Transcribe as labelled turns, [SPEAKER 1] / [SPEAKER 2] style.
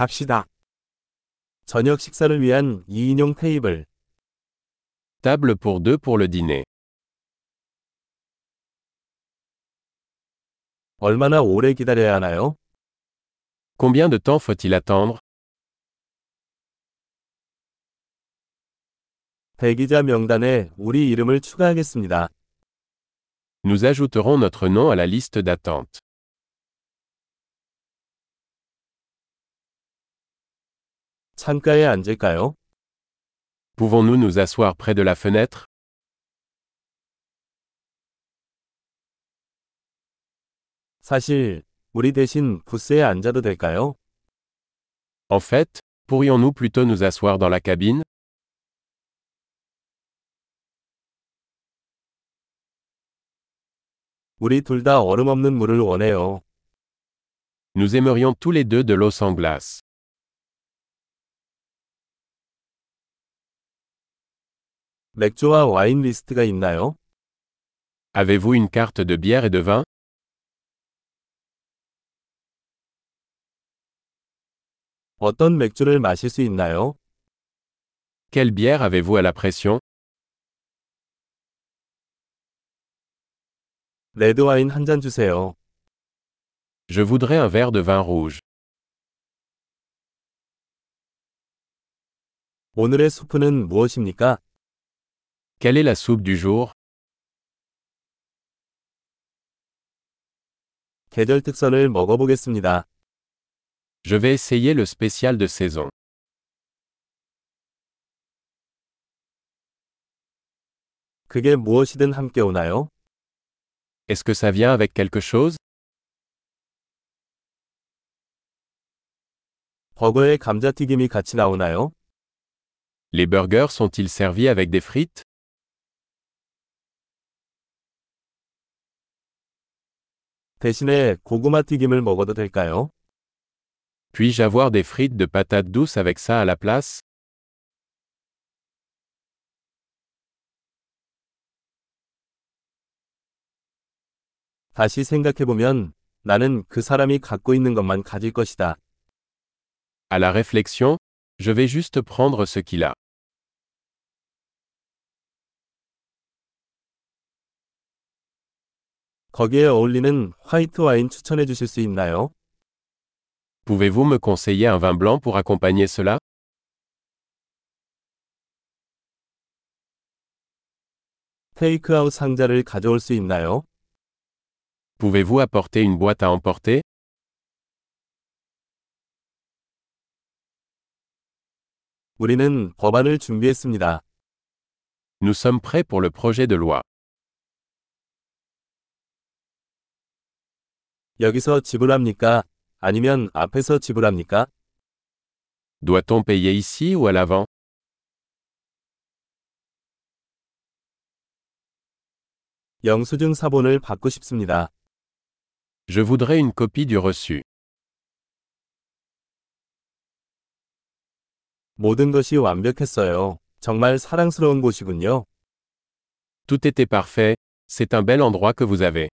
[SPEAKER 1] 갑시다. 저녁 식사를 위한 2인용 테이블.
[SPEAKER 2] Table pour deux pour le dîner.
[SPEAKER 1] 얼마나 오래 기다려야 하나요?
[SPEAKER 2] Combien de temps faut-il attendre
[SPEAKER 1] 대기자 명단에 우리 이름을 추가하겠습니다.
[SPEAKER 2] Nous ajouterons notre nom à la liste d'attente.
[SPEAKER 1] 창가에 앉을까요?
[SPEAKER 2] Pouvons-nous nous asseoir près de la fenêtre
[SPEAKER 1] 사실, 우리 대신 부스에 앉아도 될까요?
[SPEAKER 2] En fait, pourrions-nous plutôt nous asseoir dans la cabine
[SPEAKER 1] 우리 둘 다 얼음 없는 물을 원해요.
[SPEAKER 2] Nous aimerions tous les deux de l'eau sans glace.
[SPEAKER 1] 맥주와 와인 리스트가 있나요?
[SPEAKER 2] Avez-vous une carte de bière et de vin
[SPEAKER 1] 어떤 맥주를 마실 수 있나요?
[SPEAKER 2] Quelle bière avez-vous à la pression
[SPEAKER 1] 레드 와인 한 잔 주세요.
[SPEAKER 2] Je voudrais un verre de vin rouge.
[SPEAKER 1] 오늘의 수프는 무엇입니까?
[SPEAKER 2] Quelle est la soupe du jour
[SPEAKER 1] 계절 특선을 먹어보겠습니다.
[SPEAKER 2] Je vais essayer le spécial de saison.
[SPEAKER 1] 그게 무엇이든 함께 오나요?
[SPEAKER 2] Est-ce que ça vient avec quelque chose
[SPEAKER 1] 버거에 감자튀김이 같이 나오나요?
[SPEAKER 2] Les burgers sont-ils servis avec des frites
[SPEAKER 1] 대신에 고구마 튀김을 먹어도 될까요?
[SPEAKER 2] Puis-je avoir des frites de patates douces avec ça à la place
[SPEAKER 1] 다시 생각해보면 나는 그 사람이 갖고 있는 것만 가질 것이다.
[SPEAKER 2] À la réflexion, je vais juste prendre ce qu'il a.
[SPEAKER 1] 거기에 어울리는 화이트 와인 추천해 주실 수 있나요?
[SPEAKER 2] Pouvez-vous me conseiller un vin blanc pour accompagner cela
[SPEAKER 1] 테이크아웃 상자를 가져올 수 있나요?
[SPEAKER 2] Pouvez-vous apporter une boîte à emporter
[SPEAKER 1] 우리는 법안을 준비했습니다.
[SPEAKER 2] Nous sommes prêts pour le projet de loi.
[SPEAKER 1] 여기서 지불합니까? 아니면 앞에서 지불합니까?
[SPEAKER 2] Doit-on payer ici ou à l'avant
[SPEAKER 1] 영수증 사본을 받고 싶습니다.
[SPEAKER 2] Je voudrais une copie du reçu.
[SPEAKER 1] 모든 것이 완벽했어요. 정말 사랑스러운 곳이군요.
[SPEAKER 2] Tout était parfait, c'est un bel endroit que vous avez.